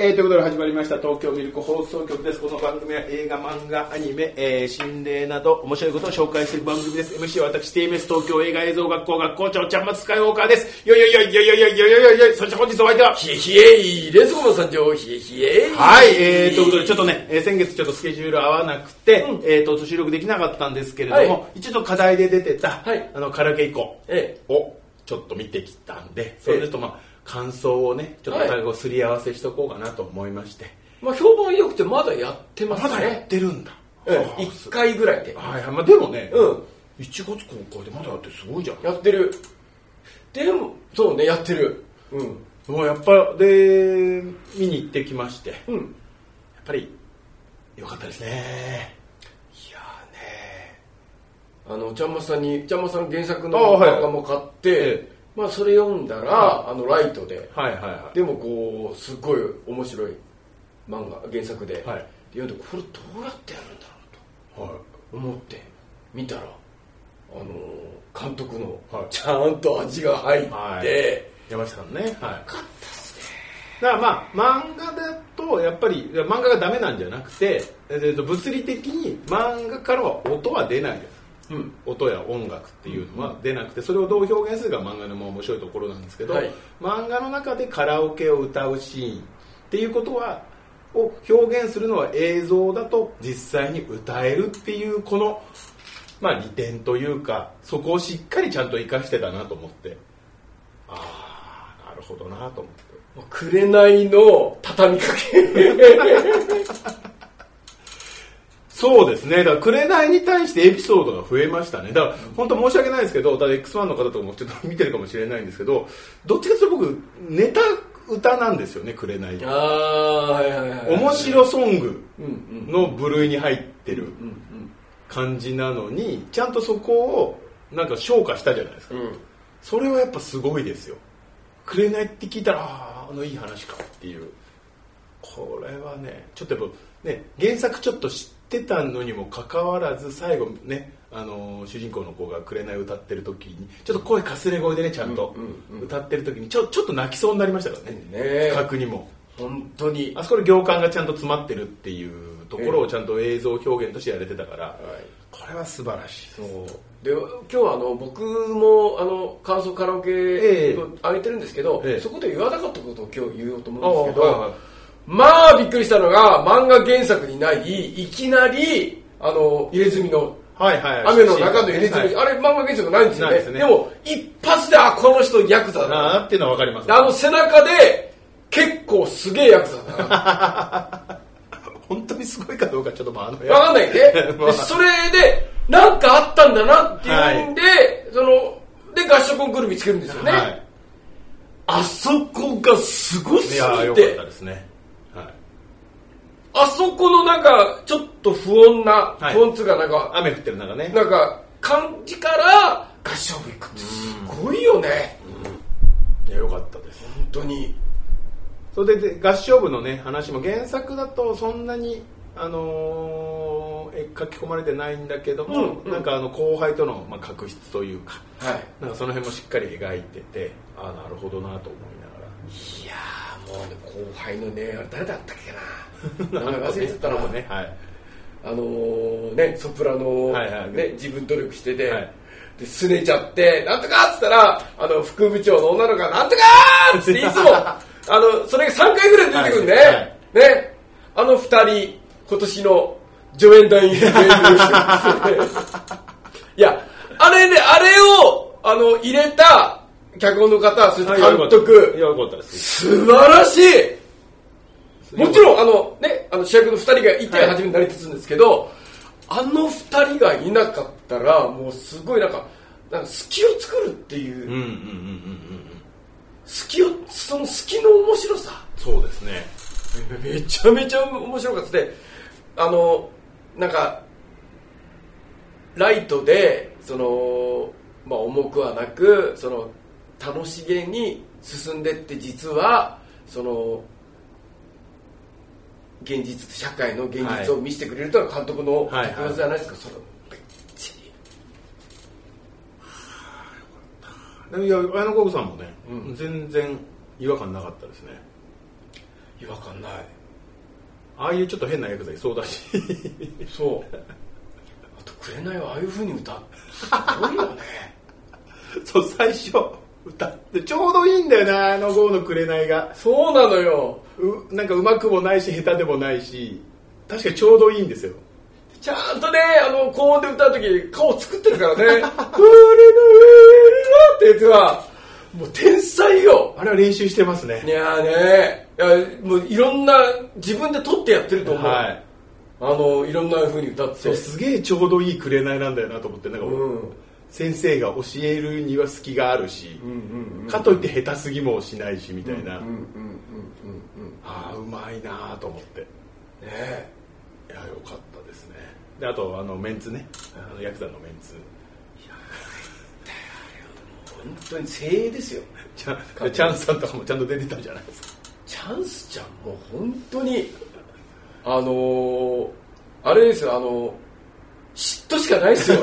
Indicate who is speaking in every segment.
Speaker 1: えーということで始まりました東京ミルク放送局です。この番組は映画、漫画、アニメ、えー心霊など面白いことを紹介する番組です。MC は私、TMS 東京映画映像学校学校長、ちゃんまつスカイウォーカーです。よいよいよいよいよいよいよいよいよいそして本日お相手は、
Speaker 2: ひえひえい、レズゴマさん上、ひえひえい。
Speaker 1: はい、えー、ということで、ちょっとね、えー先月ちょっとスケジュール合わなくて、えーと、収録できなかったんですけれども、
Speaker 2: は
Speaker 1: 一度課題で出てた、
Speaker 2: はい
Speaker 1: あの、カラオケ以降
Speaker 2: え
Speaker 1: をちょっと見てきたんで、それでちょっとまあ、感想をね、ちょっとお互いこうすり合わせしとこうかなと思いまして。
Speaker 2: まあ評判良くてまだやってます
Speaker 1: ま
Speaker 2: ね。
Speaker 1: だやってるんだ。
Speaker 2: うん、一回ぐらいで。
Speaker 1: はいはい、まあ、でもね、
Speaker 2: うん
Speaker 1: 1月公開でまだやってすごいじゃん。
Speaker 2: やってる。でも、そうね、やってる。うん。
Speaker 1: もうやっぱ、で、見に行ってきまして、やっ
Speaker 2: うん。
Speaker 1: ぱり、良かったですね。
Speaker 2: いやーねあの、ちゃんまさんに、ちゃんまさんの原作の
Speaker 1: あはい
Speaker 2: 漫画も買って、
Speaker 1: え
Speaker 2: まあそれ読んだら、あの、ライトで、
Speaker 1: はいはいは
Speaker 2: でもこう、すっごい面白い漫画、原作で、
Speaker 1: はい
Speaker 2: で読んで、これどうやってやるんだろうと。
Speaker 1: い。はい
Speaker 2: 思って見たら、あのー監督の
Speaker 1: はい
Speaker 2: ちゃんと味が入って、
Speaker 1: はい山下さんね、はい、かったっすねだからまあ漫画だとやっぱりいや漫画がダメなんじゃなくて、えっと、物理的に漫画からは音は出ないよ
Speaker 2: うん
Speaker 1: 音や音楽っていうのは出なくてそれをどう表現するかが漫画のまあ面白いところなんですけど、
Speaker 2: はい
Speaker 1: 漫画の中でカラオケを歌うシーンっていうことはを表現するのは映像だと実際に歌えるっていうこの、まあ、利点というかそこをしっかりちゃんと生かしてたなと思ってああなるほどなと思って
Speaker 2: もう紅の畳みか け
Speaker 1: そうですねだから紅に対してエピソードが増えましたねだから本当申し訳ないですけどだから X1 の方とかもちょっと見てるかもしれないんですけどどっちかというと僕ネタ歌なんですよね紅って
Speaker 2: ああはいはいはい
Speaker 1: 面白ソング
Speaker 2: うんうん
Speaker 1: の部類に入ってる
Speaker 2: うんうん
Speaker 1: 感じなのにちゃんとそこをなんか昇華したじゃないですか
Speaker 2: うん
Speaker 1: それはやっぱすごいですよ紅って聞いたらあああのいい話かっていうこれはねちょっとやっぱね原作ちょっと知ってたのにもかかわらず最後ねあのー主人公の子が「紅」歌ってる時にちょっと声かすれ声でねちゃんと
Speaker 2: うんうんうん
Speaker 1: 歌ってる時にちょちょっと泣きそうになりましたからね
Speaker 2: ねえ
Speaker 1: 企画にも
Speaker 2: 本当に
Speaker 1: あそこで行間がちゃんと詰まってるっていうところをちゃんと映像表現としてやれてたから、
Speaker 2: はい
Speaker 1: これは素晴らしいです
Speaker 2: そうで今日はあの僕もあの感想カラオケ
Speaker 1: ええ
Speaker 2: 上げてるんですけど、
Speaker 1: ええ
Speaker 2: そこで言わなかったことを今日言おうと思うんですけ
Speaker 1: ああはい
Speaker 2: ど
Speaker 1: はい
Speaker 2: まあびっくりしたのが漫画原作にないいきなりあの入れ墨の
Speaker 1: はいはい
Speaker 2: 雨の中の入れ墨、
Speaker 1: はい
Speaker 2: あれ漫画原作ないんですよ
Speaker 1: ない
Speaker 2: ね
Speaker 1: ですね
Speaker 2: でも一発であこの人ヤクザだな
Speaker 1: なあっていうのは分かります
Speaker 2: であの背中で結構すげえヤクザだな
Speaker 1: 本当にすごいかどうかちょっとまああの
Speaker 2: わかんないね
Speaker 1: まあ
Speaker 2: でそれでなんかあったんだなっていうんで、そので合唱コンクール見つけるんですよね、
Speaker 1: はい
Speaker 2: あそこがすごす
Speaker 1: いやー
Speaker 2: ぎ
Speaker 1: よかってたですねはい
Speaker 2: あそこのなんかちょっと不穏な、
Speaker 1: はい
Speaker 2: 不穏っつうかなんか
Speaker 1: 雨降ってる中ね
Speaker 2: なんか感じから合唱部行くってすごいよね
Speaker 1: いやよかったです
Speaker 2: 本当に
Speaker 1: それで合唱部のね話も原作だとそんなにあのーえ書き込まれてないんだけども、
Speaker 2: うんうん
Speaker 1: なんかあの後輩との、まあ、確執というか
Speaker 2: はい
Speaker 1: なんかその辺もしっかり描いててああなるほどなと思いながら
Speaker 2: いやーもうね後輩のねあれ誰だったっけ な名前忘れちゃったな
Speaker 1: もね、はい、
Speaker 2: あのーねソプラノ、
Speaker 1: はいはい
Speaker 2: ね、自分努力してて、
Speaker 1: はい
Speaker 2: で拗ねちゃって「なんとか!」っつったらあの副部長の女の子が「なんとか!」っ つっていつもあのそれが3回ぐらい出てくるね、
Speaker 1: はいはい
Speaker 2: ねあの2人今年の助演団員でいやあれであれをあの入れた脚本の方そして監
Speaker 1: い
Speaker 2: 督
Speaker 1: やよかったです
Speaker 2: 素晴らしいもちろんあの、ね、あの主役の2人がいて初めに成り立つんですけど、あの2人がいなかったらもうすごいなんかなんか隙を作るっていうう、
Speaker 1: んうんうんうんうん
Speaker 2: 隙をその隙の面白さ
Speaker 1: そうですね
Speaker 2: めめちゃめちゃ面白かったであのなんかライトでその、まあ、重くはなくその楽しげに進んでって実はその現実社会の現実を見せてくれるというのが監督の
Speaker 1: はいはい
Speaker 2: 特別じゃないですか、そのべっちり
Speaker 1: いや綾野剛さんもね、
Speaker 2: うん
Speaker 1: 全然違和感なかったですね
Speaker 2: 違和感ない
Speaker 1: ああいうちょっと変な薬剤そうだし
Speaker 2: そうあと「紅」はああいうふうに歌うすごいよね
Speaker 1: そう最初歌ってちょうどいいんだよなあの号の紅が
Speaker 2: そうなのよ
Speaker 1: うなんかうまくもないし下手でもないし確かにちょうどいいんですよ
Speaker 2: ちゃんとねあの高音で歌う時顔作ってるからね「うれるうれる」ってやつはもう天才よ
Speaker 1: あれは練習してますね
Speaker 2: いやーねいやもういろんな自分で撮ってやってると思う、
Speaker 1: はい
Speaker 2: あのいろんな風に歌って
Speaker 1: そうすげえちょうどいい紅なんだよなと思ってなんか、
Speaker 2: うん
Speaker 1: 先生が教えるには隙があるし、
Speaker 2: うんうん
Speaker 1: かといって下手すぎもしないしみたいな、
Speaker 2: うんうんうんうん
Speaker 1: ああうまいなと思って
Speaker 2: ねえ
Speaker 1: いやよかったですねであとあのメンツねあのヤクザのメンツ
Speaker 2: 本当に精鋭ですよ
Speaker 1: チャンチャンさんとかもちゃんと出てたじゃないですか
Speaker 2: チャンスちゃんも本当にあのー、あれですよあの嫉妬しかないですよ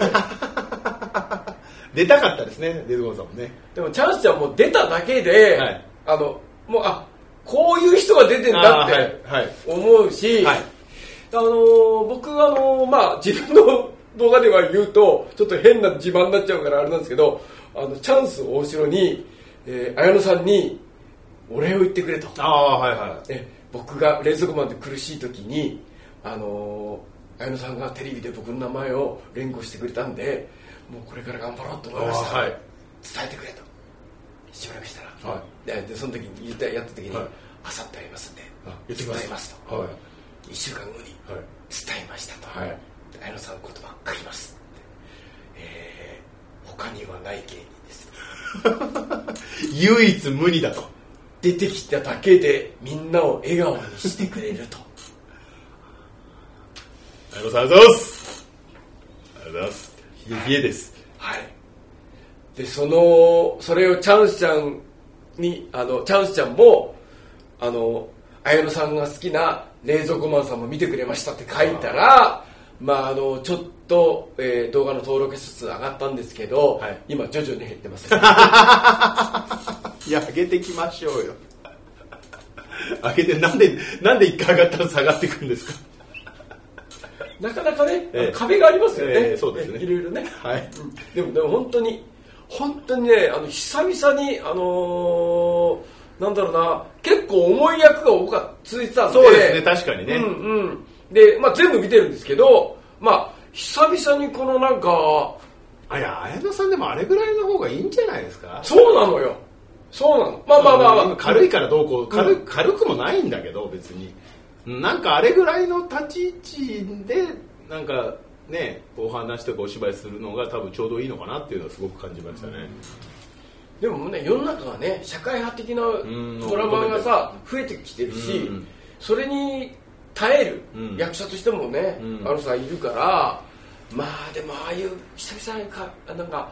Speaker 1: 出たかったですねデズゴンさんもね
Speaker 2: でもチャンスちゃんも出ただけで、
Speaker 1: はい
Speaker 2: あのもうあこういう人が出てんだって
Speaker 1: あーはいはい
Speaker 2: 思うし、
Speaker 1: はい
Speaker 2: あのー僕あのーまあ自分の動画では言うとちょっと変な自慢になっちゃうからあれなんですけどあのチャンス大城に、えー、綾野さんにお礼を言ってくれと
Speaker 1: ああはいは
Speaker 2: え僕が冷蔵庫マンで苦しい時にあのー綾野さんがテレビで僕の名前を連呼してくれたんでもうこれから頑張ろうと思いました、
Speaker 1: あーはい
Speaker 2: 伝えてくれとしばらくしたら、
Speaker 1: は
Speaker 2: ででその時に言ったやった時に、
Speaker 1: はい
Speaker 2: あさってありますんで
Speaker 1: あ言って
Speaker 2: 伝
Speaker 1: きます
Speaker 2: えますと、
Speaker 1: はい
Speaker 2: 1週間後に
Speaker 1: はい
Speaker 2: 伝えましたと、
Speaker 1: はい
Speaker 2: 綾野さんの言葉書きますって、えー他にはない芸人です
Speaker 1: 唯一無二だと
Speaker 2: 出てきただけでみんなを笑顔にしてくれると
Speaker 1: ありがとうございますありがとうございます冷え冷えです
Speaker 2: はいでそのそれをチャンスちゃんにあのチャンスちゃんもあの綾野さんが好きな冷蔵庫マンさんも見てくれましたって書いたらまああのちょっと、えー動画の登録者数上がったんですけど、
Speaker 1: はい
Speaker 2: 今徐々に減ってます
Speaker 1: いや上げてきましょうよ 上げてなんでなんで一回上がったら下がっていくんですか
Speaker 2: なかなかね、
Speaker 1: ええ
Speaker 2: 壁がありますよね、
Speaker 1: ええそうですね
Speaker 2: いろいろね
Speaker 1: はい
Speaker 2: でもでも本当に本当にねあの久々にあのーなんだろうな結構重い役が多かっついてたんで
Speaker 1: そうですね確かにね
Speaker 2: うんうんで、まあ、全部見てるんですけどまあ久々にこのなんか
Speaker 1: あいや綾野さんでもあれぐらいの方がいいんじゃないですか
Speaker 2: そうなのよそうなのまあまあまあ、ま
Speaker 1: 今
Speaker 2: あ、
Speaker 1: 軽いからどうこう軽,、
Speaker 2: うん
Speaker 1: 軽くもないんだけど別になんかあれぐらいの立ち位置でなんかねお話とかお芝居するのが多分ちょうどいいのかなっていうのはすごく感じましたね、
Speaker 2: でもね世の中がね社会派的なんドラマがさ増えてきてるし、
Speaker 1: うん
Speaker 2: それに耐える、
Speaker 1: うん
Speaker 2: 役者としてもね、
Speaker 1: うん
Speaker 2: あのさんいるからまあでもああいう久々にかなんか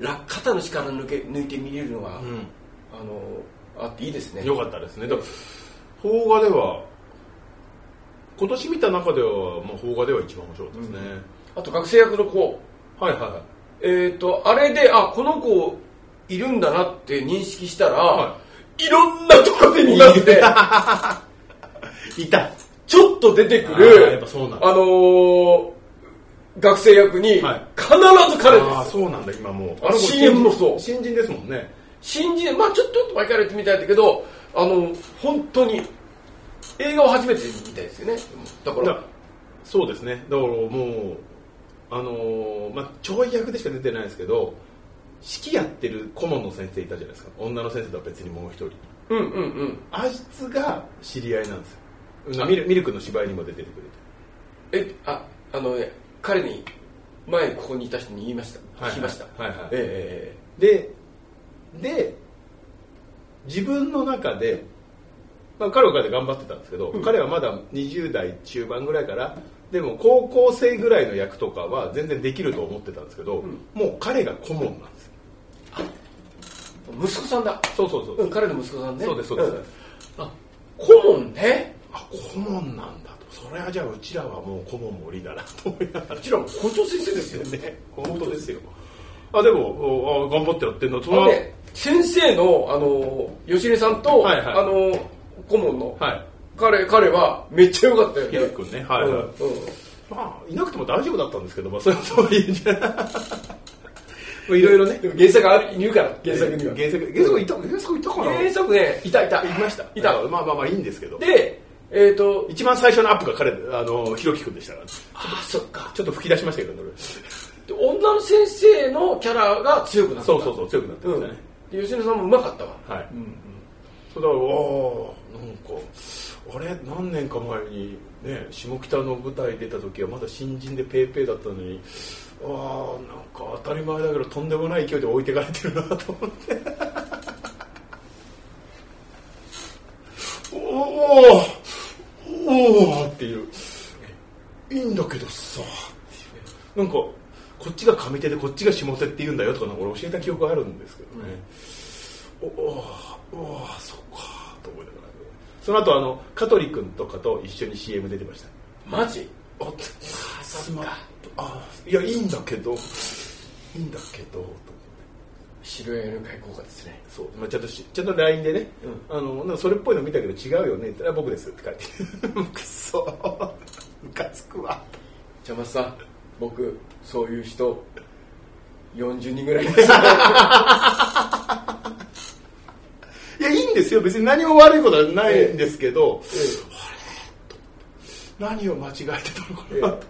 Speaker 2: ら肩の力抜け抜いて見れるのは、あのあっていいですね
Speaker 1: よかったですねだから邦画では今年見た中では、まあ、邦画では一番面白かったですね、
Speaker 2: あと学生役の子
Speaker 1: はいはいはい
Speaker 2: えっ、とあれであこの子いるんだなって認識したら、、
Speaker 1: はい
Speaker 2: ろんなとこで見ますね
Speaker 1: いた
Speaker 2: ちょっと出てく
Speaker 1: あ
Speaker 2: る
Speaker 1: ーやっぱそうなんだ
Speaker 2: あのー学生役に必ず
Speaker 1: はい
Speaker 2: 彼です、
Speaker 1: ああそうなんだ今もう
Speaker 2: あの子
Speaker 1: CM
Speaker 2: もそう
Speaker 1: 新人ですもんね
Speaker 2: 新人まあちょっとちょっと前からやってみたいんだけどあの本当に映画を初めて見たいですよねだか
Speaker 1: だかららそうですねだからもうあのーまあちょい役でしか出てないですけど指揮やってる顧問の先生いたじゃないですか女の先生とは別にもう一人
Speaker 2: うんうんうん
Speaker 1: あいつが知り合いなんですよミルミルクの芝居にも出ててくれて
Speaker 2: えああのね彼に前ここにいた人に言いました
Speaker 1: はい
Speaker 2: 聞きました
Speaker 1: はいはい
Speaker 2: え
Speaker 1: でで自分の中で、まあ、彼は彼で頑張ってたんですけど、彼はまだ20代中盤ぐらいからでも高校生ぐらいの役とかは全然できると思ってたんですけど、
Speaker 2: ん
Speaker 1: もう彼が顧問なんですよ
Speaker 2: え息子さんだ
Speaker 1: そうそうそう、
Speaker 2: うん彼の息子さんね
Speaker 1: そうですそうです、
Speaker 2: んあ顧問ね
Speaker 1: あ顧問なんだとそれはじゃあうちらはもう顧問もりだなと思いながら
Speaker 2: うちらも校長先生ですよ
Speaker 1: ね本当ですよあでもおあ頑張ってやってんだそ
Speaker 2: あ
Speaker 1: の
Speaker 2: のね先生のあの芳根さんと、
Speaker 1: はいはい
Speaker 2: あの顧問の、
Speaker 1: はい
Speaker 2: 彼彼はめっちゃ良かったよね
Speaker 1: ひろきくんねはいはい
Speaker 2: うんうん
Speaker 1: まあいなくても大丈夫だったんですけどまあそれはそういうじゃ まあいろいろね
Speaker 2: でも原作あるいるから原作には
Speaker 1: 原作原作いた原作いたかな
Speaker 2: 原作ねいたいた
Speaker 1: いました
Speaker 2: いた
Speaker 1: まあまあまあいいんですけど
Speaker 2: でえっ、と
Speaker 1: 一番最初のアップが彼あのひろきくんでしたから
Speaker 2: ああそっか
Speaker 1: ちょっと吹き出しましたけどね俺
Speaker 2: 女の先生のキャラが強くなった
Speaker 1: そうそうそう強くなってましたね、
Speaker 2: うん、吉野さんもうまかったわ
Speaker 1: はい、そうだからおーなんかあれ何年か前にね下北の舞台出た時はまだ新人でペーペーだったのにああんか当たり前だけどとんでもない勢いで置いてかれてるなと思って おーおーおーっていういいんだけどさっていうなんかこっちが上手でこっちが下手って言うんだよとかなんか俺教えた記憶あるんですけどね、おおおそっかと思いながらねその後あの香取君とかと一緒に CM 出てました
Speaker 2: マジ
Speaker 1: あっすまんあいやいいんだけどいいんだけどと思って
Speaker 2: 白い犬飼効果ですね
Speaker 1: そう、まあ、ちゃんとしちゃんと LINE でね、あのなんかそれっぽいの見たけど違うよねってあ僕ですって書いて くそムカつくわ
Speaker 2: じゃあ松さん僕そういう人40人ぐ らいいます
Speaker 1: いやいいんですよ別に何も悪いことはないんですけど、何を間違えてたのかなと、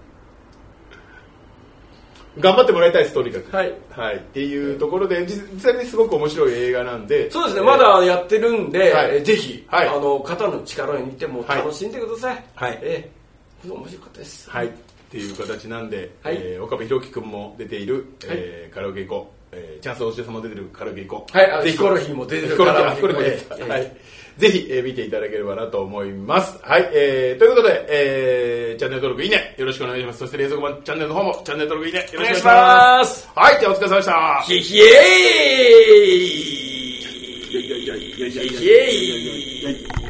Speaker 1: 頑張ってもらいたいですとにかく
Speaker 2: はい
Speaker 1: はい、っていうところで実実際にすごく面白い映画なんで
Speaker 2: そうですね、
Speaker 1: えー
Speaker 2: まだやってるんで、
Speaker 1: はい
Speaker 2: えーぜひ、
Speaker 1: はい
Speaker 2: あの肩の力に見ても楽しんでください、
Speaker 1: はい
Speaker 2: えー面白かったです、
Speaker 1: はいっていう形なんで、
Speaker 2: はい
Speaker 1: えー岡部宏樹君も出ている、
Speaker 2: はい
Speaker 1: えーカラオケ行こう、えーチャンス大城さんも出てるカラオケ行こう
Speaker 2: はいあ
Speaker 1: ぜひ
Speaker 2: ヒコロヒーも出てる
Speaker 1: ヒコロヒー
Speaker 2: カラオケ行こ
Speaker 1: あヒコ
Speaker 2: う
Speaker 1: ロヒーです
Speaker 2: ええ
Speaker 1: はいぜひ、えー見ていただければなと思いますはい、えーということで、えーチャンネル登録いいねよろしくお願いしますそして冷蔵庫版チャンネルの方もチャンネル登録いいねよ
Speaker 2: お
Speaker 1: ろし
Speaker 2: 願い
Speaker 1: くお願い
Speaker 2: し
Speaker 1: しま
Speaker 2: ます
Speaker 1: すはいじゃあお疲れ様でした
Speaker 2: ひひえいひひえい